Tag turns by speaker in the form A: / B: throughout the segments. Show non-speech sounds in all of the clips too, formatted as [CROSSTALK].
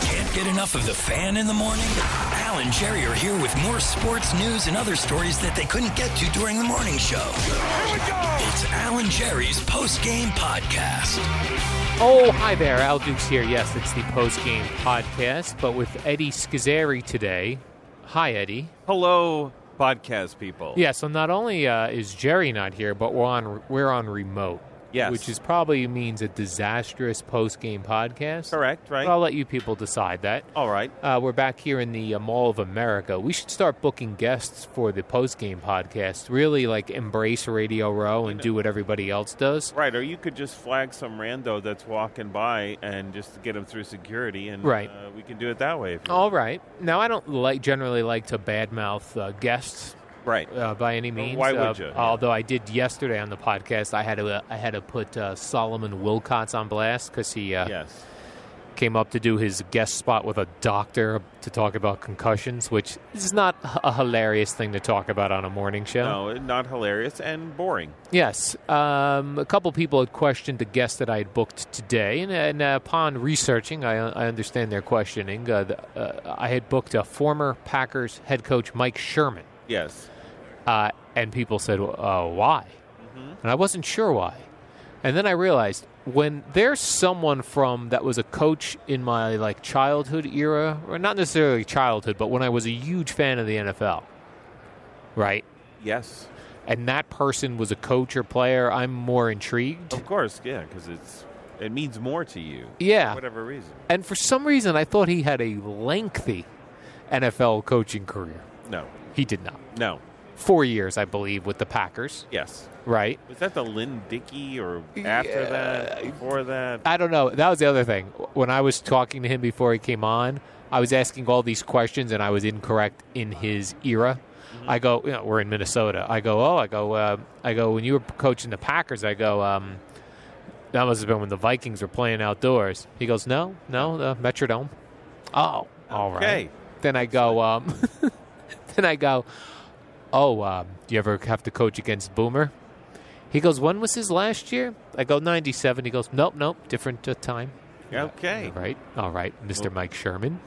A: Can't get enough of the fan in the morning? Al and Jerry are here with more sports news and other stories that they couldn't get to during the morning show. Here we go! It's Al and Jerry's post game podcast.
B: Oh, hi there. Al Dukes here. Yes, it's the post game podcast, but with Eddie Schizzeri today. Hi, Eddie.
C: Hello, podcast people.
B: Yeah, so not only uh, is Jerry not here, but we're on we're on remote.
C: Yes.
B: Which is probably means a disastrous post game podcast.
C: Correct, right?
B: But I'll let you people decide that.
C: All right.
B: Uh, we're back here in the uh, Mall of America. We should start booking guests for the post game podcast. Really, like embrace Radio Row and do what everybody else does.
C: Right, or you could just flag some rando that's walking by and just get him through security, and
B: Right. Oh.
C: uh, we can do it that way. If you
B: All right. Now, I don't like generally like to badmouth uh, guests
C: right.
B: uh, by any means.
C: why
B: Uh,
C: would you?
B: Although I did yesterday on the podcast, I had to uh, I had to put uh, Solomon Wilcots on blast because he uh,
C: yes.
B: came up to do his guest spot with a doctor to talk about concussions, which is not h- a hilarious thing to talk about on a morning show.
C: No, not hilarious and boring.
B: Yes, um, a couple people had questioned the guest that I had booked today, and, and uh, upon researching, I, I understand their questioning. Uh, the, uh, I had booked a former Packers head coach, Mike Sherman.
C: Yes.
B: uh, and people said, uh, "Why?" And I wasn't sure why. And then I realized when there's someone from that was a coach in my like childhood era, or not necessarily childhood, but when I was a huge fan of the NFL, right?
C: Yes.
B: And that person was a coach or player, I'm more intrigued.
C: Of course, yeah, because it's it means more to you. For
B: Yeah.
C: whatever reason.
B: And for some reason, I thought he had a lengthy NFL coaching career.
C: No.
B: He did not.
C: No.
B: Four years, I believe, with the Packers,
C: Yes.
B: right?
C: Was that the Lynn Dickey or after that? Before that?
B: I don't know. That was the other thing. When I was talking to him before he came on, I was asking all these questions and I was incorrect in his era. I go, you know, we're in Minnesota. I go, oh, I go, uh, I go. When you were coaching the Packers, I go, um, that must have been when the Vikings were playing outdoors. He goes, no, no, the Metrodome. Oh, all right.
C: Okay.
B: Then I go, um, [LAUGHS] then I go, oh, um, do you ever have to coach against Boomer? He goes, when was his last year? I go, 97. He goes, nope, nope, different uh, time.
C: Okay.
B: All right, all right, Mr. Mike Sherman.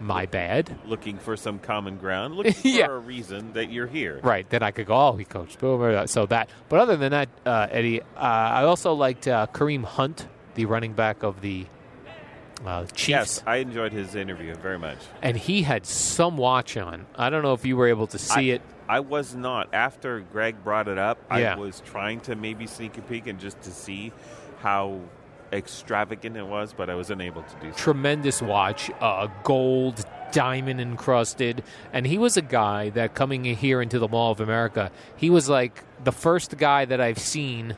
B: My bad.
C: Looking for some common ground. Looking
B: [LAUGHS]
C: for
B: Yeah.
C: a reason that you're here.
B: Right, then I could go, oh, he coached Boomer, uh, so that. But other than that, uh, Eddie, uh, I also liked uh, Kareem Hunt, the running back of the uh, Chiefs.
C: Yes, I enjoyed his interview very much.
B: And he had some watch on. I don't know if you were able to see
C: I,
B: it.
C: I was not. After Greg brought it up,
B: Yeah.
C: I was trying to maybe sneak a peek and just to see how extravagant it was, but I was unable to do so.
B: tremendous watch, uh, gold, diamond encrusted. And he was a guy that coming in here into the Mall of America, he was like the first guy that I've seen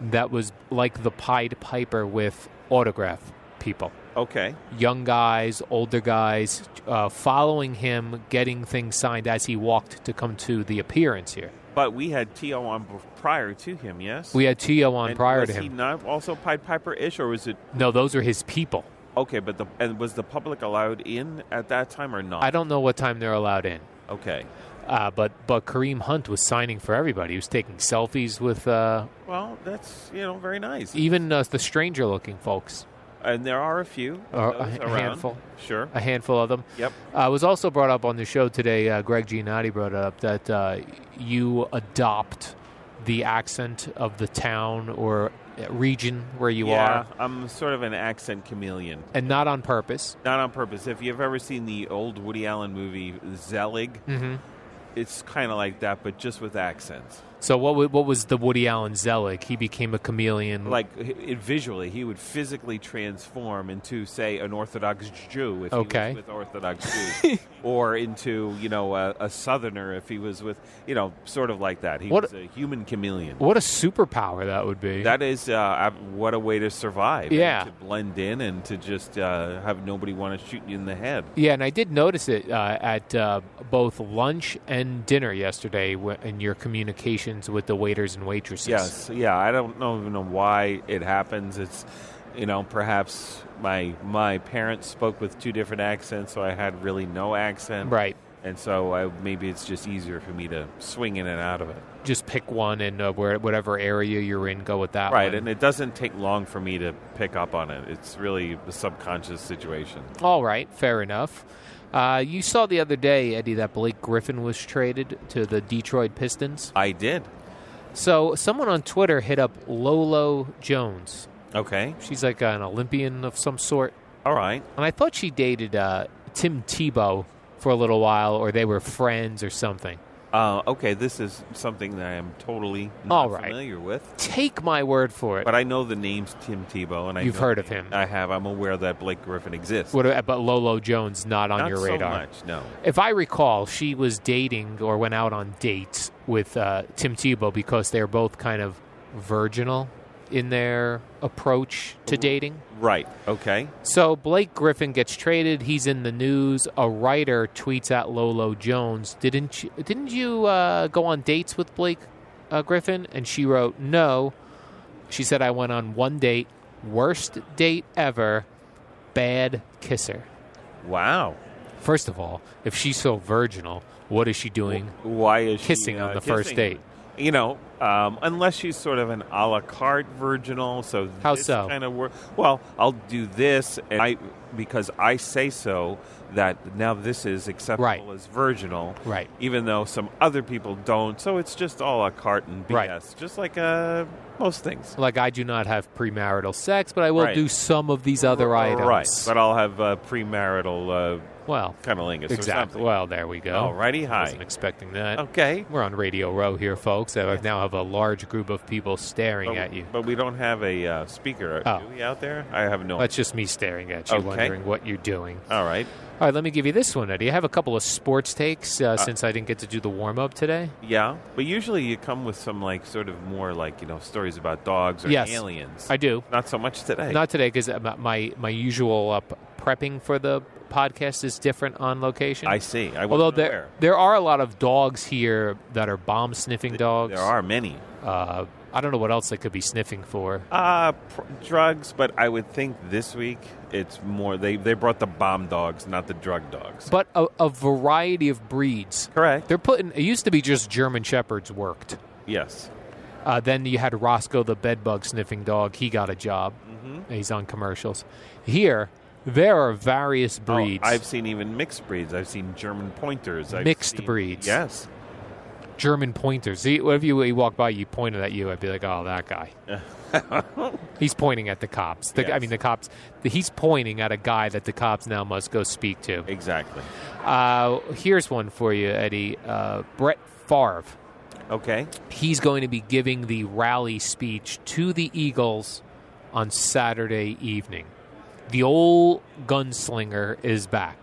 B: that was like the Pied Piper with autograph people.
C: Okay.
B: Young guys, older guys, uh, following him, getting things signed as he walked to come to the appearance here.
C: But we had T.O. on b- prior to him, yes?
B: We had Tio on
C: And
B: prior
C: was
B: to
C: he
B: him.
C: not also Pied Piper ish, or was it.
B: No, those are his people.
C: Okay, but the. And was the public allowed in at that time or not?
B: I don't know what time they're allowed in.
C: Okay.
B: Uh, but but Kareem Hunt was signing for everybody. He was taking selfies with uh,
C: Well, that's, you know, very nice.
B: even uh, the stranger looking folks,
C: And there are a few.
B: Or
C: of
B: Uh, a
C: those
B: ha-
C: around.
B: handful.
C: Sure.
B: a handful of them.
C: Yep.
B: Uh, was also brought up on the show today. Uh, Greg Giannotti brought it up that uh, you adopt the accent of the town or region where you
C: yeah,
B: are,
C: I'm sort of an accent chameleon.
B: and not on purpose.
C: Not on purpose. If you've ever seen the old Woody Allen movie Zelig,
B: Mm-hmm.
C: it's kind of like that, but just with accents.
B: So what wa- what was the Woody Allen Zelig? He became a chameleon.
C: Like h- it, visually, he would physically transform into, say, an Orthodox Jew if
B: Okay.
C: he was with
B: [LAUGHS]
C: Orthodox Jews, or into you know a, a Southerner if he was with you know sort of like that. He
B: What-
C: was a human chameleon.
B: what a superpower that would be.
C: That is uh, ab- what a way to survive. and
B: Yeah.
C: to blend in and to just uh, have nobody want to shoot you in the head.
B: Yeah, and I did notice it uh, at uh, both lunch and dinner yesterday wh- in your communications with the waiters and waitresses.
C: Yes, yeah. I don't know even know why it happens. It's you know perhaps my my parents spoke with two different accents, so I had really no accent.
B: Right.
C: And so I, maybe it's just easier for me to swing in and out of it.
B: Just pick one and uh, where, whatever area you're in, go with that
C: Right,
B: one.
C: and it doesn't take long for me to pick up on it. It's really a subconscious situation.
B: All right, fair enough. Uh, you saw the other day, Eddie, that Blake Griffin was traded to the Detroit Pistons.
C: I did.
B: So someone on Twitter hit up Lolo Jones.
C: Okay.
B: She's like an Olympian of some sort.
C: All right.
B: And I thought she dated uh, Tim Tebow for a little while, or they were friends or something.
C: Uh, okay, this is something that I am totally not
B: All right.
C: familiar with.
B: Take my word for it.
C: But I know the name's Tim Tebow, and I
B: You've
C: know- Uh,
B: heard of him.
C: I have. I'm aware that Blake Griffin exists.
B: What about but Lolo Jones not on
C: Not
B: your
C: so
B: radar?
C: much, no.
B: If I recall, she was dating or went out on dates with uh, Tim Tebow because they're both kind of virginal in their approach to dating.
C: Right. Okay.
B: So Blake Griffin gets traded. He's in the news. A writer tweets at Lolo Jones, "Didn't you, didn't you uh, go on dates with Blake uh, Griffin?" And she wrote, "No." She said, "I went on one date. Worst date ever. Bad kisser."
C: Wow.
B: First of all, if she's so virginal, what is she doing?
C: Why is
B: Kissing
C: she,
B: on
C: uh,
B: the first
C: kissing?
B: date.
C: You know, um, unless she's sort of an a la carte virginal, so
B: How
C: this
B: so?
C: Kind of work. Well, I'll do this, and I because I say so that now this is acceptable
B: Right.
C: as virginal,
B: Right.
C: Even though some other people don't, so it's just all a la carte and BS,
B: Right.
C: just like uh, most things.
B: Like, I do not have premarital sex, but I will
C: Right.
B: do some of these other items.
C: Right, but I'll have uh, premarital uh,
B: well,
C: cunnilingus or
B: exactly.
C: something.
B: Well, there we go.
C: Alrighty, hi.
B: Wasn't expecting that.
C: okay.
B: We're on Radio Row here, folks. I now have a large group of people staring
C: But-
B: at you.
C: But we don't have a uh, speaker.
B: Oh.
C: Do we out there? I have no.
B: That's just me staring at you,
C: Okay. Uh.
B: wondering what you're doing.
C: All right.
B: All right, let me give you this one, Eddie. I have a couple of sports takes uh, since I didn't get to do the warm up today.
C: Yeah, but usually you come with some like sort of more like you know stories about dogs or
B: Yes.
C: aliens.
B: I do.
C: Not so much today.
B: Not today because my my usual uh, p- prepping for the podcast is different on location.
C: I see. I
B: Although
C: wasn't
B: there
C: aware.
B: there are a lot of dogs here that are bomb sniffing dogs.
C: There are many
B: Uh, I don't know what else they could be sniffing for.
C: uh, pr- drugs, but I would think this week it's more they they brought the bomb dogs, not the drug dogs.
B: But a, a variety of breeds.
C: Correct.
B: They're putting. It used to be just German shepherds worked.
C: yes.
B: Uh, then you had Roscoe the bedbug sniffing dog. He got a job. Mm-hmm. He's on commercials. Here, there are various
C: Oh,
B: breeds.
C: I've seen even mixed breeds. I've seen German pointers. I've
B: Mixed
C: seen-
B: breeds.
C: Yes.
B: German pointers. See, Whenever you, you walk by, you pointed at you. I'd be like, "Oh, that
C: [LAUGHS]
B: guy." he's pointing at the cops. The, I
C: Yes.
B: mean, the cops. He's pointing at a guy that the cops now must go speak to.
C: Exactly.
B: Uh, here's one for you, Eddie. Uh, Brett Favre.
C: Okay.
B: He's going to be giving the rally speech to the Eagles on Saturday evening. The old gunslinger is back.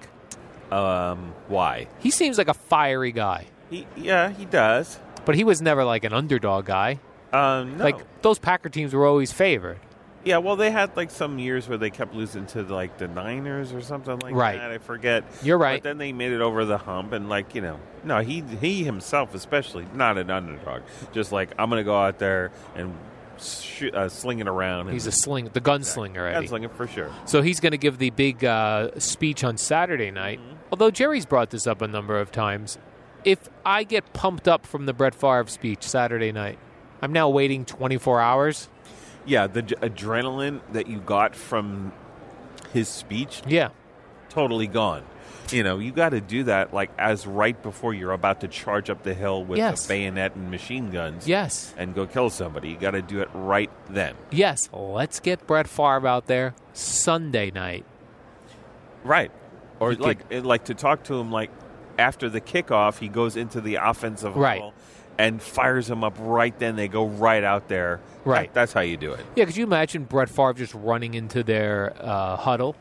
C: Um, why?
B: He seems like a fiery guy,
C: He, yeah, he does.
B: but he was never like an underdog guy.
C: Um, no.
B: Like those Packer teams were always favored.
C: yeah, well, they had like some years where they kept losing to like the Niners or something like
B: Right.
C: that. I forget.
B: You're right.
C: But then they made it over the hump, and like you know, no, he he himself especially not an underdog. Just like I'm gonna go out there and sh- uh, sling it around.
B: He's a
C: [LAUGHS] and
B: sling, the gunslinger, Eddie.
C: that's slinging for sure.
B: So he's going to give the big uh, speech on Saturday night. Although Jerry's brought this up a number of times. If I get pumped up from the Brett Favre speech Saturday night, I'm now waiting 24 hours.
C: Yeah, the j- adrenaline that you got from his speech
B: Yeah.
C: totally gone. You know, you got to do that like as right before you're about to charge up the hill with
B: Yes.
C: a bayonet and machine guns.
B: Yes.
C: and go kill somebody. You got to do it right then.
B: Yes. Let's get Brett Favre out there Sunday night.
C: Right. Or
B: He could-
C: like and, like to talk to him like after the kickoff, he goes into the offensive
B: Right.
C: hall and fires them up right then. They go right out there.
B: Right.
C: That- that's how you do it.
B: Yeah, could you imagine Brett Favre just running into their uh, huddle,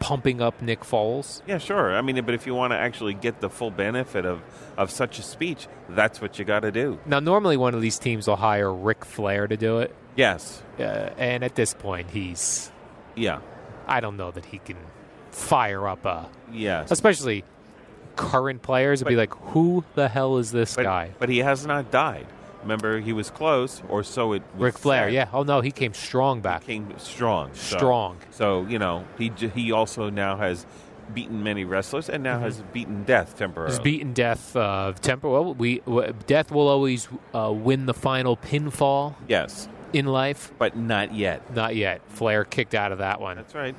B: pumping up Nick Foles?
C: Yeah, sure. I mean, but if you want to actually get the full benefit of, of such a speech, that's what you got to do.
B: Now, normally one of these teams will hire Ric Flair to do it,
C: Yes.
B: uh, and at this point, he's
C: Yeah.
B: I don't know that he can fire up a,
C: Yes.
B: especially current players. It'd be like, who the hell is this
C: but,
B: guy?
C: but he has not died. Remember, he was close, or so it. was
B: Ric Flair,
C: said.
B: yeah. Oh no, he came strong back.
C: came strong, so-
B: Strong.
C: So you know, he j- he also now has beaten many wrestlers, and now has beaten death temporarily.
B: Mm-hmm. He's beaten death. Uh, temper. Well, we w- death will always uh, win the final pinfall
C: yes,
B: in life.
C: but not yet.
B: Not yet. Flair kicked out of that one.
C: That's right.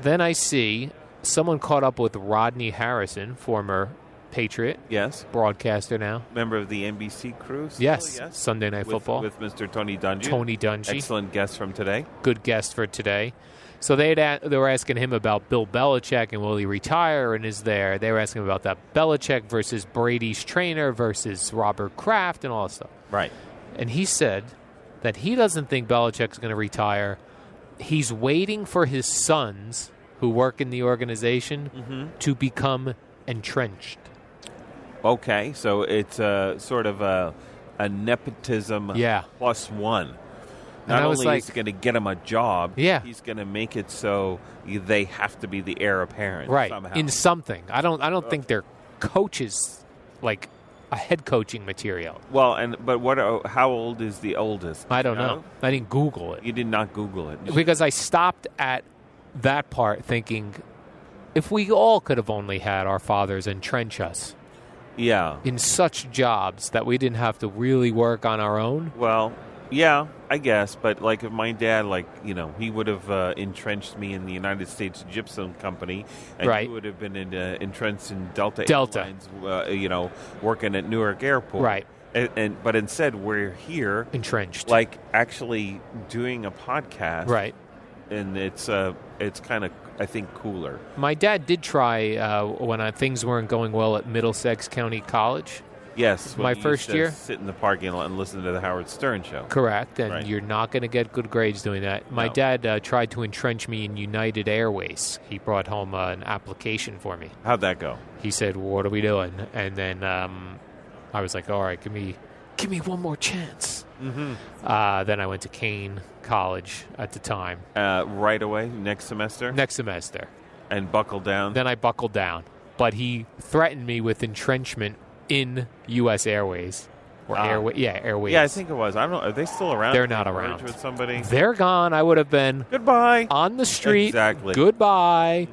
B: Then I see someone caught up with Rodney Harrison, former Patriot
C: Yes,
B: broadcaster now.
C: member of the NBC crew. still?
B: Yes, Sunday Night
C: With-
B: Football.
C: with Mr. Tony Dungy.
B: Tony Dungy,
C: excellent guest from today.
B: good guest for today. So they a- they were asking him about Bill Belichick and will he retire and is there. They were asking about that Belichick versus Brady's trainer versus Robert Kraft and all that stuff.
C: Right.
B: And he said that he doesn't think Belichick's going to retire. He's waiting for his sons, who work in the organization, to become entrenched.
C: Okay, so it's a sort of a, a nepotism
B: Yeah.
C: plus one.
B: And
C: Not
B: I was
C: only
B: like-
C: is going to get him a job,
B: Yeah.
C: he's going to make it so they have to be the heir apparent,
B: right
C: Somehow.
B: in something. I don't. I don't think they're coaches like a head coaching material.
C: well, and but what? Are, how old is the oldest?
B: I don't
C: You
B: know. I didn't Google it
C: You did not Google it.
B: because I stopped at that part thinking, if we all could have only had our fathers entrench us
C: yeah.
B: in such jobs that we didn't have to really work on our own.
C: Well, yeah, I guess. But like, if my dad, like, you know, he would have uh, entrenched me in the United States Gypsum Company, and
B: Right.
C: you would have been in, uh, entrenched in Delta,
B: Delta.
C: Airlines, uh, you know, working at Newark Airport,
B: Right.
C: And, and but instead, we're here,
B: Entrenched.
C: like, actually doing a podcast,
B: right.
C: And it's uh, it's kind of, I think, cooler.
B: My dad did try uh, when uh things weren't going well at Middlesex County College.
C: Yes, when
B: My
C: you used
B: first
C: to
B: year?
C: sit in the parking lot and listen to the Howard Stern show.
B: Correct, and
C: Right.
B: you're not going to get good grades doing that. My
C: No.
B: dad uh, tried to entrench me in United Airways. He brought home uh, an application for me.
C: How'd that go?
B: He said, "What are we doing?" And then um, I was like, "All right, give me, give me one more chance." Mm-hmm. Uh, then I went to Kane College at the time.
C: Uh, right away, next semester,
B: Next semester,
C: and buckle down.
B: then I buckled down. But he threatened me with entrenchment in U.S. Airways or
C: Ah.
B: Airway, yeah, Airways.
C: Yeah, I think it was. I don't. Are they still around?
B: They're
C: Did they
B: not
C: merge
B: around.
C: with somebody.
B: they're gone. I would have been
C: Goodbye.
B: on the street.
C: Exactly.
B: Goodbye.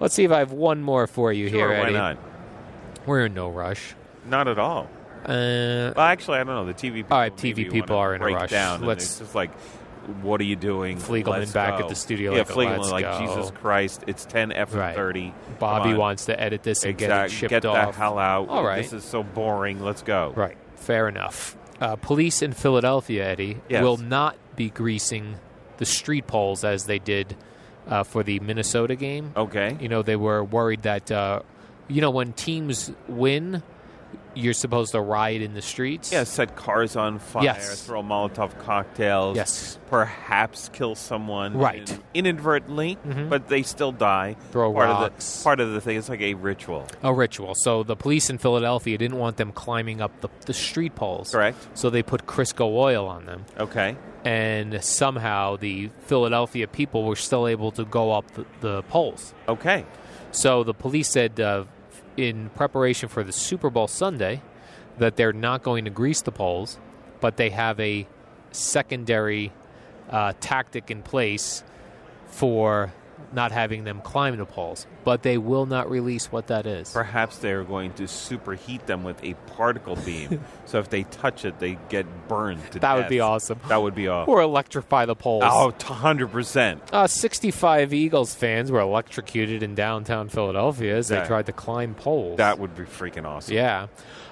B: Let's see if I have one more for you
C: Sure,
B: here,
C: why
B: Eddie.
C: not?
B: We're in no rush.
C: Not at all.
B: Uh,
C: Well, actually, I don't know. The TV. People
B: right, TV
C: maybe
B: people
C: wanna
B: are in a
C: break
B: rush.
C: Down and
B: Let's-
C: it's just like, what are you doing?
B: Fliegelman
C: Let's
B: back
C: go.
B: at the studio
C: Yeah,
B: like,
C: Fliegelman
B: "Let's
C: like
B: go."
C: Jesus Christ. It's ten f
B: Right.
C: thirty.
B: Bobby wants to edit this and get it
C: exactly.
B: shipped
C: Get the
B: off.
C: hell out.
B: All right.
C: This is so boring. Let's go.
B: Right. Fair enough. Uh, police in Philadelphia, Eddie,
C: Yes.
B: will not be greasing the street poles as they did uh, for the Minnesota game.
C: Okay.
B: You know, they were worried that, uh, you know, when teams win, you're supposed to riot in the streets.
C: Yeah, set cars on fire,
B: Yes.
C: throw Molotov cocktails,
B: Yes.
C: perhaps kill someone,
B: Right. Mm-hmm.
C: in- inadvertently, but they still die.
B: Throw
C: part Of
B: rocks.
C: the, part of the thing is like a ritual.
B: a ritual. So the police in Philadelphia didn't want them climbing up the, the street poles.
C: Correct.
B: So they put Crisco oil on them.
C: Okay,
B: And somehow the Philadelphia people were still able to go up the, the poles.
C: okay,
B: So the police said, uh, in preparation for the Super Bowl Sunday, that they're not going to grease the poles, but they have a secondary uh, tactic in place for not having them climb the poles. But they will not release what that is.
C: perhaps they are going to superheat them with a particle
B: [LAUGHS]
C: beam, so if they touch it, they get burned to
B: That would be
C: death.
B: awesome.
C: That would be awesome.
B: Or electrify the poles.
C: Oh, 100%.
B: Uh, 65 Eagles fans were electrocuted in downtown Philadelphia as they
C: That-
B: tried to climb poles.
C: That would be freaking awesome.
B: yeah.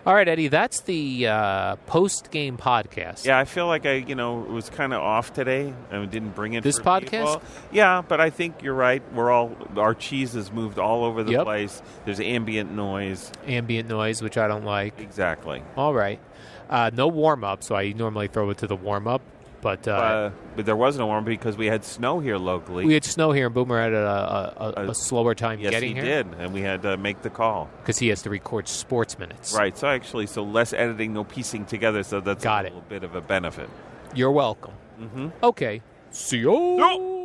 B: All right, Eddie, that's the uh, post game podcast.
C: Yeah, I feel like I, you know, was kind of off today and didn't bring it.
B: This
C: for
B: podcast?
C: people. Yeah, but I think you're right. We're all our cheese has moved all over the
B: Yep.
C: place. There's ambient noise.
B: Ambient noise, which I don't like.
C: Exactly.
B: All right. Uh, no warm up, so I normally throw it to the warm up. But uh,
C: Uh, but there wasn't a warm because we had snow here locally.
B: we had snow here, and Boomer had a, a, a,
C: Uh,
B: a slower time
C: yes,
B: getting
C: he
B: here
C: did, and we had to make the call.
B: because he has to record sports minutes.
C: Right. So actually, so less editing, no piecing together. So that's
B: Got
C: a
B: it.
C: little bit of a benefit.
B: You're welcome. Mm-hmm. Okay. See you.
C: No.